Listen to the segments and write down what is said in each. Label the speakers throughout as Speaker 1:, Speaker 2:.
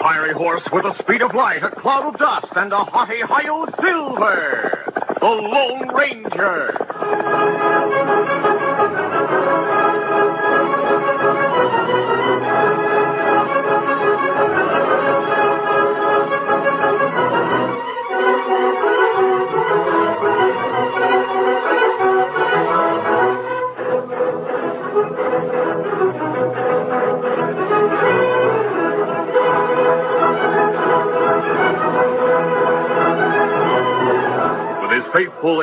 Speaker 1: fiery horse with the speed of light, a cloud of dust, and a haughty high of silver. The Lone Ranger. With his faithful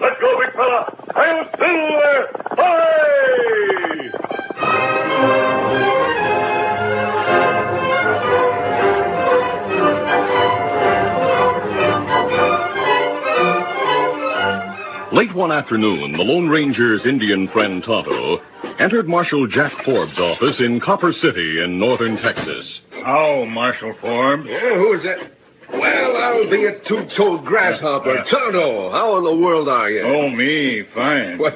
Speaker 2: Let eh. go, big fella. I'm Silver. Hey!
Speaker 1: Late one afternoon, the Lone Ranger's Indian friend Tonto entered Marshal Jack Forbes' office in Copper City in northern Texas.
Speaker 3: Oh, Marshal Forbes.
Speaker 4: Yeah, Eh, who is that? Well, I'll be a two-toed grasshopper. Tonto, how in the world are you?
Speaker 3: Oh, me, fine.
Speaker 4: What,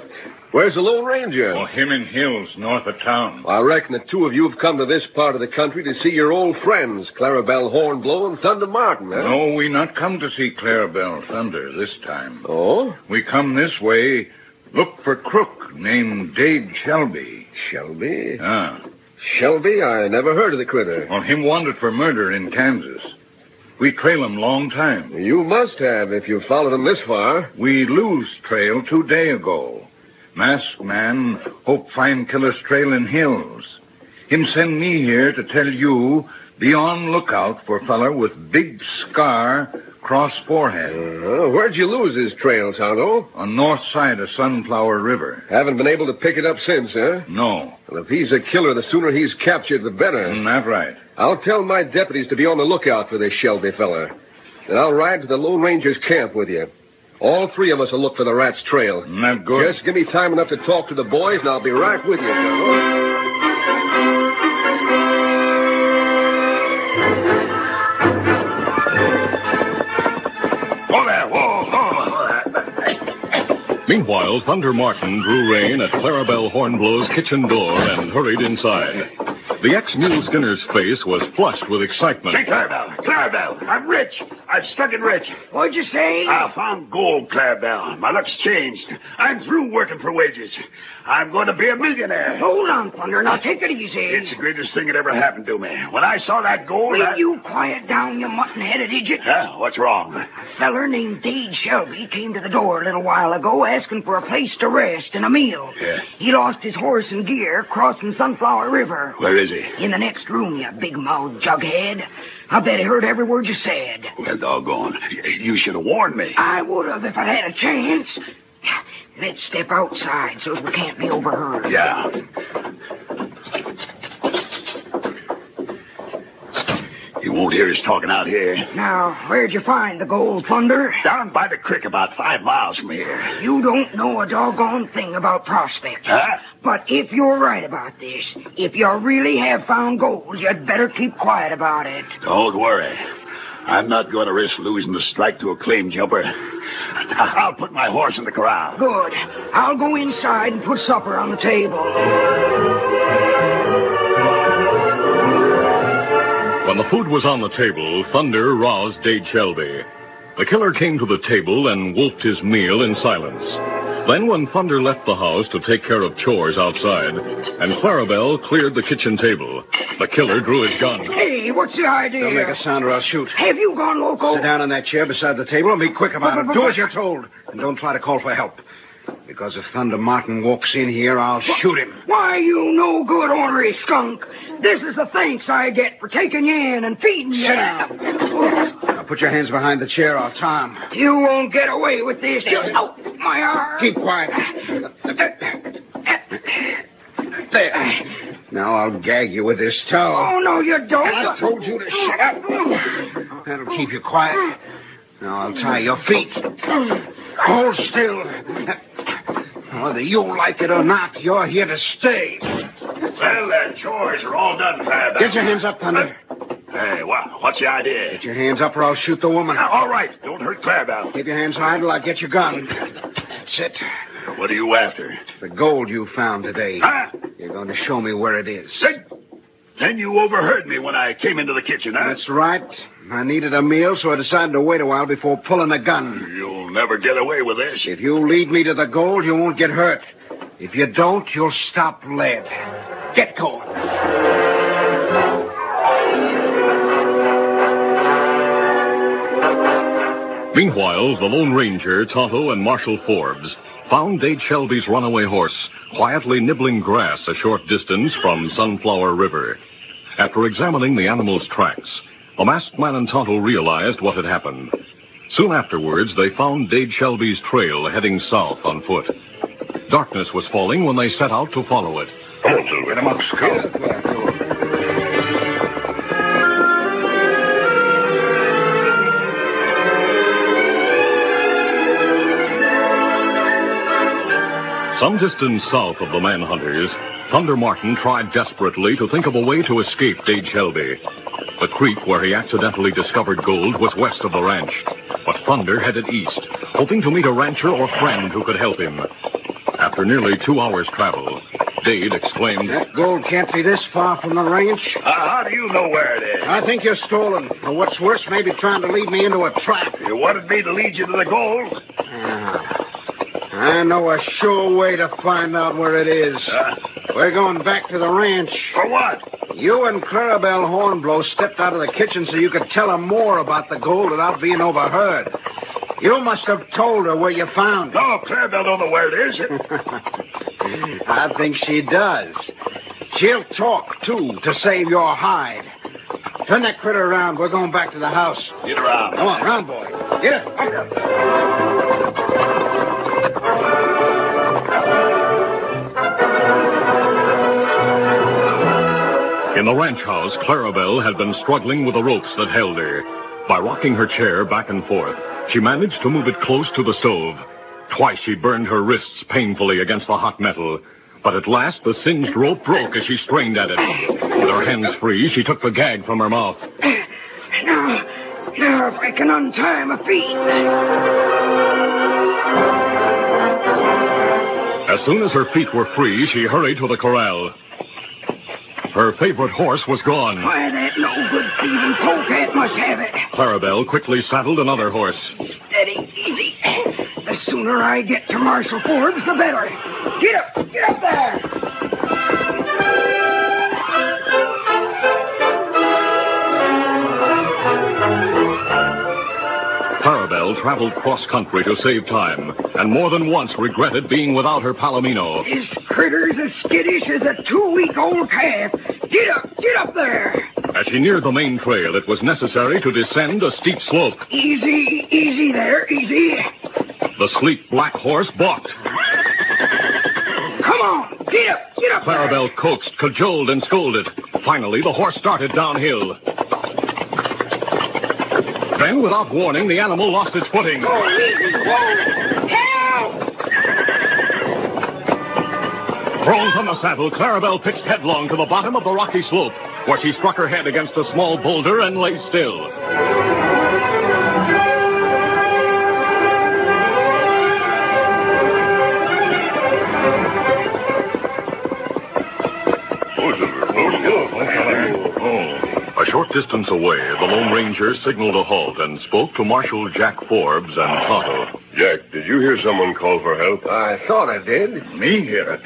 Speaker 4: where's the Lone Ranger?
Speaker 3: Well, him in hills north of town.
Speaker 4: I reckon the two of you have come to this part of the country to see your old friends, Clarabelle Hornblow and Thunder Martin, huh?
Speaker 3: No, we not come to see Clarabelle Thunder this time.
Speaker 4: Oh?
Speaker 3: We come this way, look for crook named Dade Shelby.
Speaker 4: Shelby?
Speaker 3: Ah,
Speaker 4: Shelby? I never heard of the critter.
Speaker 3: well, him wanted for murder in Kansas. We trail him long time.
Speaker 4: You must have if you followed him this far.
Speaker 3: We lose trail two day ago. Masked man hope find killer's trail in hills. Him send me here to tell you be on lookout for feller with big scar cross forehead
Speaker 4: Uh, where'd you lose his trail, Tonto?
Speaker 3: on north side of Sunflower River.
Speaker 4: Haven't been able to pick it up since, huh?
Speaker 3: No,
Speaker 4: Well, if he's a killer, the sooner he's captured, the better.
Speaker 3: isn't that right?
Speaker 4: I'll tell my deputies to be on the lookout for this Shelby fella. And I'll ride to the Lone Ranger's camp with you. All three of us will look for the rat's trail.
Speaker 3: Isn't that good?
Speaker 4: Just give me time enough to talk to the boys, and I'll be right with you. Tonto.
Speaker 2: Whoa there, whoa, whoa.
Speaker 1: Meanwhile, Thunder Martin drew rein at Clarabelle Hornblow's kitchen door and hurried inside. The ex-mule skinner's face was flushed with excitement.
Speaker 2: Say, Clarabelle, Clarabelle, I'm rich. I struck it rich.
Speaker 5: What'd you say?
Speaker 2: I found gold, Clarabelle. My luck's changed. I'm through working for wages. I'm going to be a millionaire.
Speaker 5: Hold on, Thunder. Now take it easy.
Speaker 2: It's the greatest thing that ever happened to me. When I saw that gold,
Speaker 5: Will
Speaker 2: I...
Speaker 5: you quiet down, you mutton-headed idiot?
Speaker 2: Huh? What's wrong?
Speaker 5: A feller named Dade Shelby came to the door a little while ago asking for a place to rest and a meal.
Speaker 2: Yeah.
Speaker 5: He lost his horse and gear crossing Sunflower River.
Speaker 2: Where is he?
Speaker 5: In the next room, you big-mouthed jughead. I bet he heard every word you said.
Speaker 2: Well, doggone. Y- You should have warned me.
Speaker 5: I would have if I had a chance. Let's step outside so as we can't be overheard.
Speaker 2: Yeah. You won't hear us talking out here.
Speaker 5: Now, where'd you find the gold, Thunder?
Speaker 2: Down by the creek about five miles from here.
Speaker 5: You don't know a doggone thing about prospecting.
Speaker 2: Huh?
Speaker 5: But if you're right about this, if you really have found gold, you'd better keep quiet about it.
Speaker 2: Don't worry. I'm not going to risk losing the strike to a claim jumper. I'll put my horse in the corral.
Speaker 5: Good. I'll go inside and put supper on the table.
Speaker 1: When the food was on the table, Thunder roused Dade Shelby. The killer came to the table and wolfed his meal in silence. Then, when Thunder left the house to take care of chores outside, and Clarabelle cleared the kitchen table, the killer drew his gun.
Speaker 5: Hey, what's the idea?
Speaker 6: Don't make a sound or I'll shoot.
Speaker 5: Have you gone loco?
Speaker 6: Sit down in that chair beside the table and be quick about
Speaker 5: But- but-
Speaker 6: it. Do as you're told. And don't try to call for help. Because if Thunder Martin walks in here, I'll shoot him.
Speaker 5: Why, you no good ornery skunk. This is the thanks I get for taking you in and feeding you.
Speaker 6: Now put your hands behind the chair. I'll tie him.
Speaker 5: You won't get away with this. You... Oh, my arm.
Speaker 6: Keep quiet. There. Now I'll gag you with this towel.
Speaker 5: Oh, no, you don't.
Speaker 6: I told you to shut up. That'll keep you quiet. Now I'll tie your feet. Hold still. Whether you like it or not, you're here to stay.
Speaker 2: Well, the chores are all done, Faraday.
Speaker 6: Get your hands up, Thunder.
Speaker 2: Hey, wha- what's the idea?
Speaker 6: Get your hands up or I'll shoot the woman.
Speaker 2: Now, all right, don't hurt Clarabelle.
Speaker 6: Keep your hands idle. I'll get your gun. That's it.
Speaker 2: What are you after?
Speaker 6: The gold you found today.
Speaker 2: Huh?
Speaker 6: You're going to show me where it is.
Speaker 2: Then, then you overheard me when I came into the kitchen, huh?
Speaker 6: That's right. I needed a meal, so I decided to wait a while before pulling a gun.
Speaker 2: You'll never get away with this.
Speaker 6: If you lead me to the gold, you won't get hurt. If you don't, you'll stop lead. Get going.
Speaker 1: Meanwhile, the Lone Ranger, Tonto, and Marshal Forbes found Dade Shelby's runaway horse quietly nibbling grass a short distance from Sunflower River. After examining the animal's tracks, the masked man and Tonto realized what had happened. Soon afterwards, they found Dade Shelby's trail heading south on foot. Darkness was falling when they set out to follow it.
Speaker 3: Get him up, Scout.
Speaker 1: Some distance south of the Manhunters, Thunder Martin tried desperately to think of a way to escape Dade Shelby. The creek where he accidentally discovered gold was west of the ranch, but Thunder headed east, hoping to meet a rancher or friend who could help him. After nearly two hours' travel, Dade exclaimed,
Speaker 6: That gold can't be this far from the ranch.
Speaker 2: Uh, how do you know where it is?
Speaker 6: I think you're stolen. Or what's worse, maybe trying to lead me into a trap.
Speaker 2: You wanted me to lead you to the gold?
Speaker 6: I know a sure way to find out where it is.
Speaker 2: Uh,
Speaker 6: We're going back to the ranch.
Speaker 2: for what?
Speaker 6: You and Clarabelle Hornblow stepped out of the kitchen so you could tell her more about the gold without being overheard. You must have told her where you found it.
Speaker 2: No, Clarabelle don't Oh, know where it is.
Speaker 6: I think she does. She'll talk, too, to save your hide. Turn that critter around. We're going back to the house.
Speaker 2: Get around.
Speaker 6: Come on, round boy. Get up.
Speaker 1: In the ranch house, Clarabelle had been struggling with the ropes that held her. By rocking her chair back and forth, she managed to move it close to the stove. Twice she burned her wrists painfully against the hot metal, but at last the singed rope broke as she strained at it. With her hands free, she took the gag from her mouth.
Speaker 5: Now, now, if I can untie my feet.
Speaker 1: As soon as her feet were free, she hurried to the corral. Her favorite horse was gone.
Speaker 5: Why, that no good thieving polecat must have it.
Speaker 1: Clarabelle quickly saddled another horse.
Speaker 5: Steady, easy. The sooner I get to Marshal Forbes, the better. Get up, get up there.
Speaker 1: Clarabelle traveled cross-country to save time, and more than once regretted being without her Palomino.
Speaker 5: This critter's as skittish as a two-week-old calf. Get up, get up there.
Speaker 1: As she neared the main trail, it was necessary to descend a steep slope.
Speaker 5: Easy, easy there, easy.
Speaker 1: The sleek black horse balked.
Speaker 5: Come on, get up, get up there.
Speaker 1: Clarabelle coaxed, cajoled, and scolded. Finally, the horse started downhill. Then, without warning, the animal lost its footing.
Speaker 5: Oh, easy, whoa. Help!
Speaker 1: Thrown from the saddle, Clarabelle pitched headlong to the bottom of the rocky slope, where she struck her head against a small boulder and lay still. A short distance away, the Lone Ranger signaled a halt and spoke to Marshal Jack Forbes and Tonto.
Speaker 7: Jack, did you hear someone call for help?
Speaker 4: I thought I did.
Speaker 3: Me hear it.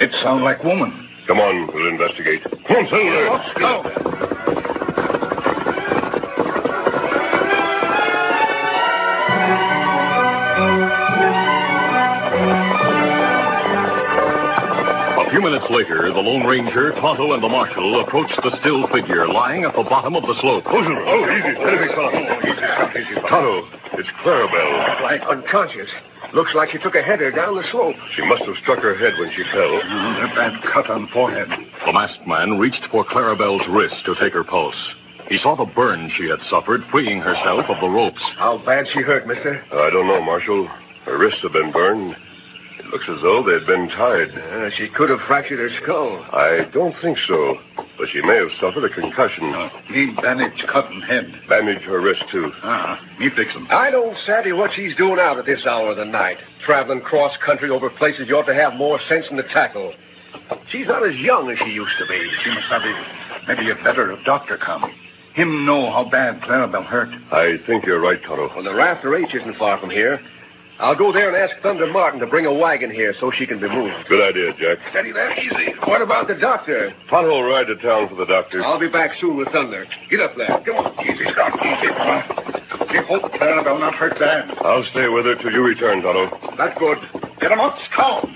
Speaker 3: It sound like woman.
Speaker 7: Come on, we'll investigate. Come on,
Speaker 1: Oh.
Speaker 7: Silver.
Speaker 1: A few minutes later, the Lone Ranger, Tonto, and the Marshal approached the still figure lying at the bottom of the slope.
Speaker 7: Oh, easy, steady, fellow. Easy, Tonto, it's Clarabelle.
Speaker 4: Like unconscious. Looks like she took a header down the slope.
Speaker 7: She must have struck her head when she fell.
Speaker 3: that bad cut on forehead.
Speaker 1: The masked man reached for Clarabelle's wrist to take her pulse. He saw the burn she had suffered, freeing herself of the ropes.
Speaker 4: How bad she hurt, mister?
Speaker 7: I don't know, Marshal. Her wrists have been burned. It looks as though they'd been tied.
Speaker 4: Uh, she could have fractured her skull.
Speaker 7: I don't think so, but she may have suffered a
Speaker 2: Hmm.
Speaker 7: concussion.
Speaker 3: Uh, Me bandage cut and head.
Speaker 7: Bandage her wrist, too.
Speaker 3: Ah, me fix 'em.
Speaker 4: I don't savvy what she's doing out at this hour of the night, traveling cross country over places you ought to have more sense than to tackle. She's not as young as she used to be.
Speaker 3: She must have it. Maybe you better if doctor come. Him know how bad Clarabelle hurt.
Speaker 7: I think you're right, Tonto.
Speaker 4: Well, the rafter H isn't far from here. I'll go there and ask Thunder Martin to bring a wagon here so she can be moved.
Speaker 7: Good idea, Jack.
Speaker 4: Steady there, easy. What about the doctor?
Speaker 7: Tonto will ride to town for the doctor.
Speaker 4: I'll be back soon with Thunder. Get up there. Come on.
Speaker 3: Easy, Doc. Easy, boy. You hope Clarabelle not hurt bad.
Speaker 7: I'll stay with her till you return, Tonto.
Speaker 4: That's good.
Speaker 3: Get 'em up, skull.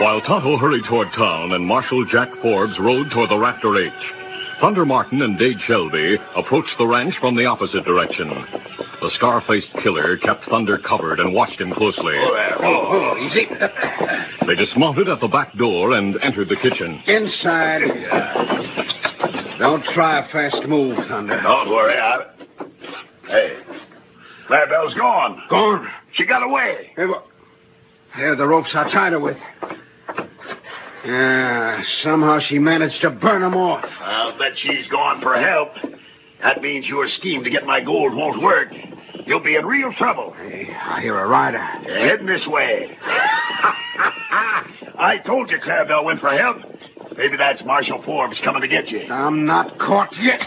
Speaker 1: While Tonto hurried toward town and Marshal Jack Forbes rode toward the Raptor H, Thunder Martin and Dade Shelby approached the ranch from the opposite direction. The scar-faced killer kept Thunder covered and watched him closely.
Speaker 6: Oh, easy.
Speaker 1: They dismounted at the back door and entered the kitchen.
Speaker 6: Inside. Don't try a fast move, Thunder.
Speaker 2: Don't worry. I... Hey, Clarabelle's gone.
Speaker 6: Gone.
Speaker 2: She got away.
Speaker 6: Hey, wha- Here, the ropes I tied her with. Yeah, somehow she managed to burn 'em off.
Speaker 2: I'll bet she's gone for help. That means your scheme to get my gold won't work. You'll be in real trouble.
Speaker 6: Hey, I hear a rider.
Speaker 2: Heading this way. I told you Clarabelle went for help. Maybe that's Marshal Forbes coming to get you.
Speaker 6: I'm not caught yet.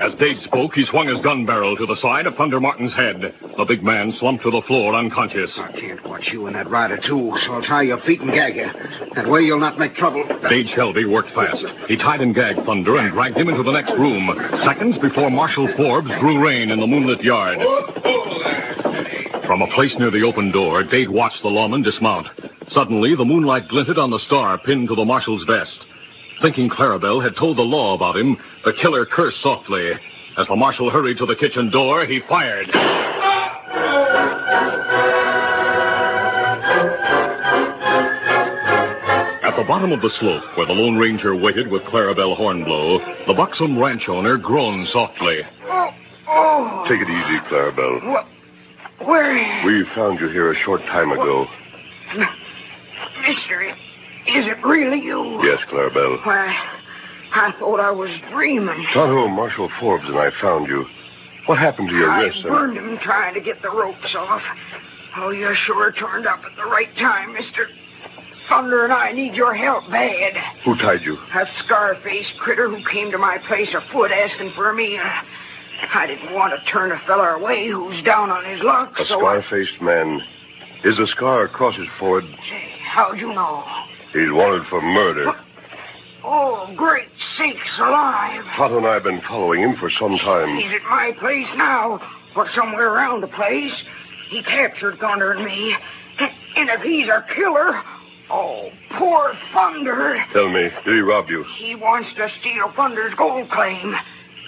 Speaker 1: As Dade spoke, he swung his gun barrel to the side of Thunder Martin's head. The big man slumped to the floor unconscious.
Speaker 6: I can't watch you and that rider, too, so I'll tie your feet and gag you. That way you'll not make trouble.
Speaker 1: Dade Shelby worked fast. He tied and gagged Thunder and dragged him into the next room, seconds before Marshal Forbes drew rein in the moonlit yard. From a place near the open door, Dade watched the lawman dismount. Suddenly, the moonlight glinted on the star pinned to the marshal's vest. Thinking Clarabelle had told the law about him, the killer cursed softly. As the marshal hurried to the kitchen door, he fired. At the bottom of the slope, where the Lone Ranger waited with Clarabelle Hornblow, the buxom ranch owner groaned softly.
Speaker 5: Oh, oh.
Speaker 7: Take it easy, Clarabelle.
Speaker 5: What? Where?
Speaker 7: We found you here a short time ago.
Speaker 5: Mister, is it really you?
Speaker 7: Yes, Clarabelle.
Speaker 5: Why, I thought I was dreaming.
Speaker 7: Tonto, Marshal Forbes and I found you. What happened to your
Speaker 5: I
Speaker 7: wrists? and-
Speaker 5: burned him trying to get the ropes off. Oh, you sure turned up at the right time, Mister. Thunder and I need your help bad.
Speaker 7: Who tied you?
Speaker 5: That scar-faced critter who came to my place afoot asking for me. I didn't want to turn a feller away who's down on his luck,
Speaker 7: A
Speaker 5: so I...
Speaker 7: scar-faced man. Is the scar across his forehead?
Speaker 5: Say, how'd you know?
Speaker 7: He's wanted for murder.
Speaker 5: Oh, great sakes alive.
Speaker 7: Tonto and I have been following him for some time.
Speaker 5: He's at my place now, or somewhere around the place. He captured Thunder and me. And if he's a killer, oh, poor Thunder.
Speaker 7: Tell me, did he rob you?
Speaker 5: He wants to steal Thunder's gold claim.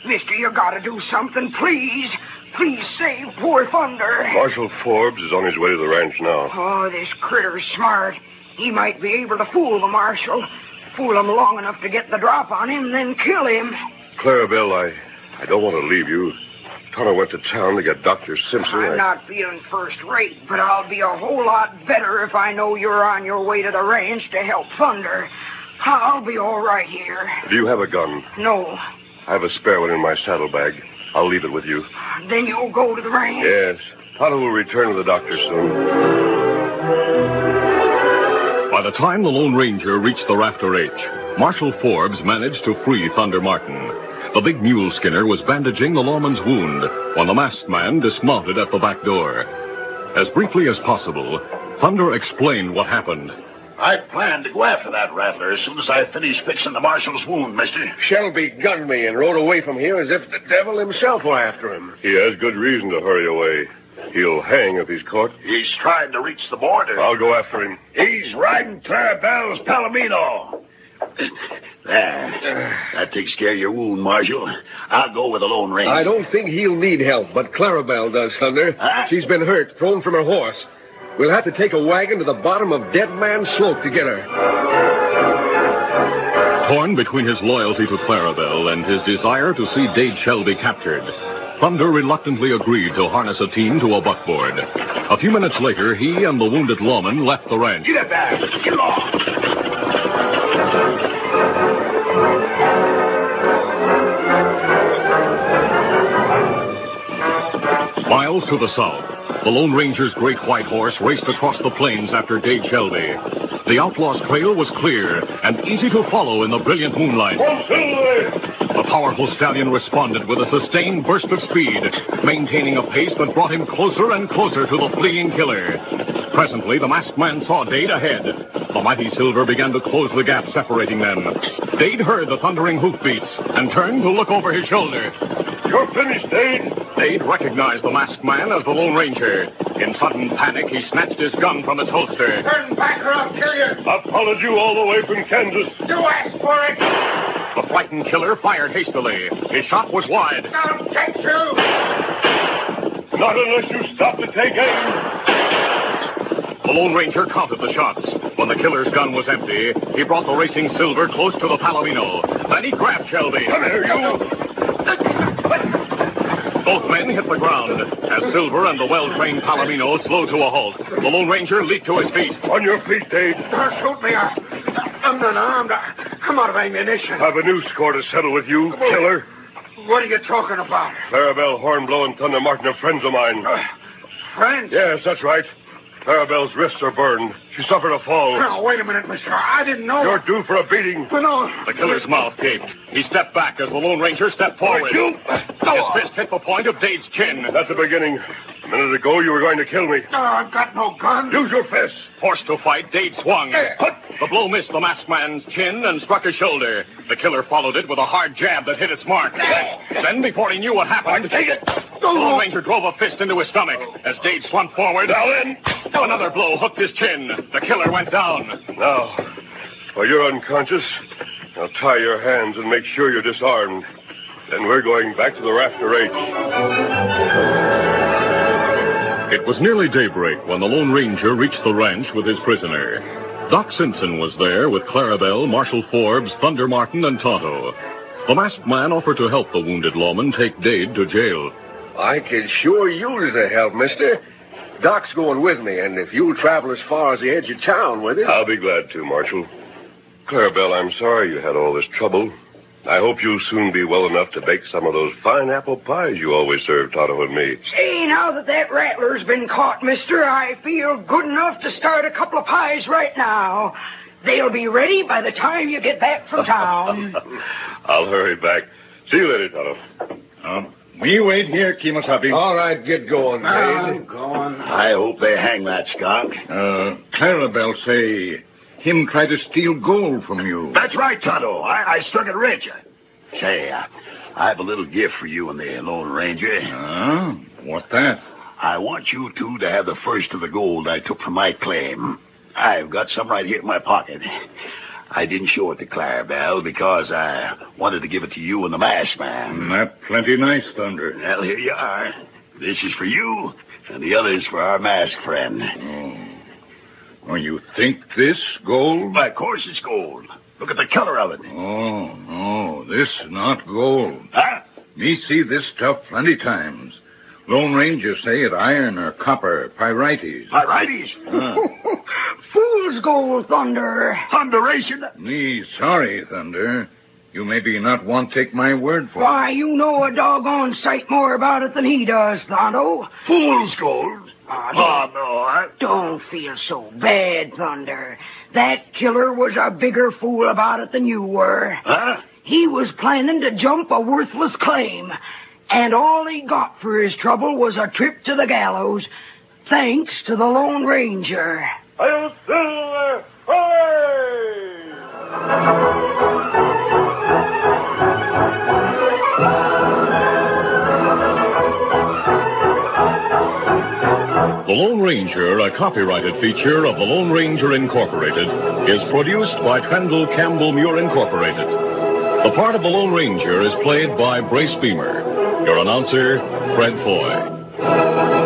Speaker 5: Mister, you gotta do something, please. Please save poor Thunder.
Speaker 7: Marshal Forbes is on his way to the ranch now.
Speaker 5: Oh, this critter's smart. He might be able to fool the marshal. Fool him long enough to get the drop on him, then kill him.
Speaker 7: Clarabelle, I, I don't want to leave you. Tonto went to town to get Dr. Simpson. I-
Speaker 5: I'm not feeling first rate, but I'll be a whole lot better if I know you're on your way to the ranch to help Thunder. I'll be all right here.
Speaker 7: Do you have a gun?
Speaker 5: No.
Speaker 7: I have a spare one in my saddlebag. I'll leave it with you.
Speaker 5: Then you'll go to the ranch.
Speaker 7: Yes. Tonto will return to the doctor soon.
Speaker 1: By the time the Lone Ranger reached the Rafter H, Marshal Forbes managed to free Thunder Martin. The big mule skinner was bandaging the lawman's wound when the masked man dismounted at the back door. As briefly as possible, Thunder explained what happened.
Speaker 2: I planned to go after that rattler as soon as I finished fixing the marshal's wound, mister.
Speaker 4: Shelby gunned me and rode away from here as if the devil himself were after him.
Speaker 7: He has good reason to hurry away. He'll hang if he's caught.
Speaker 2: He's trying to reach the border.
Speaker 7: I'll go after him.
Speaker 2: He's riding Clarabelle's Palomino. There. That takes care of your wound, Marshal. I'll go with the Lone Ranger.
Speaker 4: I don't think he'll need help, but Clarabelle does, Thunder.
Speaker 2: Huh?
Speaker 4: She's been hurt, thrown from her horse. We'll have to take a wagon to the bottom of Dead Man Slope to get her.
Speaker 1: Torn between his loyalty to Clarabelle and his desire to see Dade Shelby captured, Thunder reluctantly agreed to harness a team to a buckboard. A few minutes later, he and the wounded lawman left the ranch.
Speaker 2: Get it back. Get off.
Speaker 1: Miles to the south, the Lone Ranger's great white horse raced across the plains after Dade Shelby. The outlaw's trail was clear and easy to follow in the brilliant moonlight. The powerful stallion responded with a sustained burst of speed, maintaining a pace that brought him closer and closer to the fleeing killer. Presently, the masked man saw Dade ahead. The mighty silver began to close the gap separating them. Dade heard the thundering hoofbeats and turned to look over his shoulder.
Speaker 7: You're finished, Dade.
Speaker 1: Dade recognized the masked man as the Lone Ranger. In sudden panic, he snatched his gun from its holster.
Speaker 6: Turn back or I'll kill you.
Speaker 7: I followed you all the way from Kansas.
Speaker 6: You asked for it.
Speaker 1: The frightened killer fired hastily. His shot was wide.
Speaker 6: I'll get you.
Speaker 7: Not unless you stop to take aim.
Speaker 1: The Lone Ranger counted the shots. When the killer's gun was empty, he brought the racing silver close to the Palomino. Then he grabbed Shelby.
Speaker 7: Come here, you.
Speaker 1: Both men hit the ground. As Silver and the well-trained Palomino slowed to a halt, the Lone Ranger leaped to his feet.
Speaker 7: On your feet, Dade.
Speaker 6: Don't shoot me. I- I'm not armed. I- I'm out of ammunition.
Speaker 7: I've a new score to settle with you, killer.
Speaker 6: What are you talking about?
Speaker 7: Clarabelle Hornblow and Thunder Martin are friends of mine.
Speaker 6: Friends?
Speaker 7: Yes, that's right. Clarabelle's wrists are burned. She suffered a fall.
Speaker 6: Now, wait a minute, mister. I didn't know.
Speaker 7: You're due for a beating.
Speaker 6: But no.
Speaker 1: The killer's mouth gaped. He stepped back as the Lone Ranger stepped forward.
Speaker 7: You-
Speaker 1: His fist hit the point of Dade's chin.
Speaker 7: That's the beginning. A minute ago, you were going to kill me.
Speaker 6: No, I've got no gun.
Speaker 7: Use your fists.
Speaker 1: Forced to fight, Dade swung. The blow missed the masked man's chin and struck his shoulder. The killer followed it with a hard jab that hit its mark. Then, before he knew what happened, take it. Oh. the Lone Ranger drove a fist into his stomach. As Dade slumped forward, now then, another blow hooked his chin. The killer went down.
Speaker 7: Now, while you're unconscious, now tie your hands and make sure you're disarmed. Then we're going back to the rafter H.
Speaker 1: It was nearly daybreak when the Lone Ranger reached the ranch with his prisoner. Doc Simpson was there with Clarabelle, Marshal Forbes, Thunder Martin, and Tonto. The masked man offered to help the wounded lawman take Dade to jail.
Speaker 4: I can sure use the help, mister. Doc's going with me, and if you'll travel as far as the edge of town with us.
Speaker 7: I'll be glad to, Marshal. Clarabelle, I'm sorry you had all this trouble. I hope you'll soon be well enough to bake some of those fine apple pies you always serve Tonto and me.
Speaker 5: Hey, now that that rattler's been caught, mister, I feel good enough to start a couple of pies right now. They'll be ready by the time you get back from town.
Speaker 7: I'll hurry back. See you later, Tonto.
Speaker 3: Um, we wait here, Kimosabe.
Speaker 4: All right, get going, Dade.
Speaker 6: I'm going.
Speaker 2: I hope they hang that skunk.
Speaker 3: Uh, Clarabelle say him try to steal gold from you.
Speaker 2: That's right, Tonto. I, I struck it rich. Say, uh, I have a little gift for you and the Lone Ranger.
Speaker 3: Huh? Ah, What that?
Speaker 2: I want you two to have the first of the gold I took from my claim. I've got some right here in my pocket. I didn't show it to Clarabelle because I wanted to give it to you and the masked man.
Speaker 3: That plenty nice, Thunder.
Speaker 2: Well, here you are. This is for you, and the other is for our masked friend.
Speaker 3: Oh. oh, you think this gold?
Speaker 2: Of course it's gold. Look at the color of it.
Speaker 3: Oh, no, this not gold.
Speaker 2: Huh?
Speaker 3: Me see this stuff plenty times. Lone Ranger say it iron or copper, pyrites.
Speaker 2: Pyrites.
Speaker 3: Ah,
Speaker 5: Fool's gold thunder.
Speaker 2: Thunderation.
Speaker 3: me sorry, Thunder. You maybe not want take my word for it.
Speaker 5: Why, you know a doggone sight more about it than he does, Tonto.
Speaker 2: Fool's gold.
Speaker 5: Ah,
Speaker 2: Oh, no. I...
Speaker 5: Don't feel so bad, Thunder. That killer was a bigger fool about it than you were.
Speaker 2: Huh?
Speaker 5: He was planning to jump a worthless claim, and all he got for his trouble was a trip to the gallows, thanks to the Lone Ranger.
Speaker 7: I'll silver. Hooray!
Speaker 1: The Lone Ranger, a copyrighted feature of the Lone Ranger Incorporated, is produced by Trendle Campbell Muir Incorporated. The part of the Lone Ranger is played by Brace Beamer, your announcer, Fred Foy.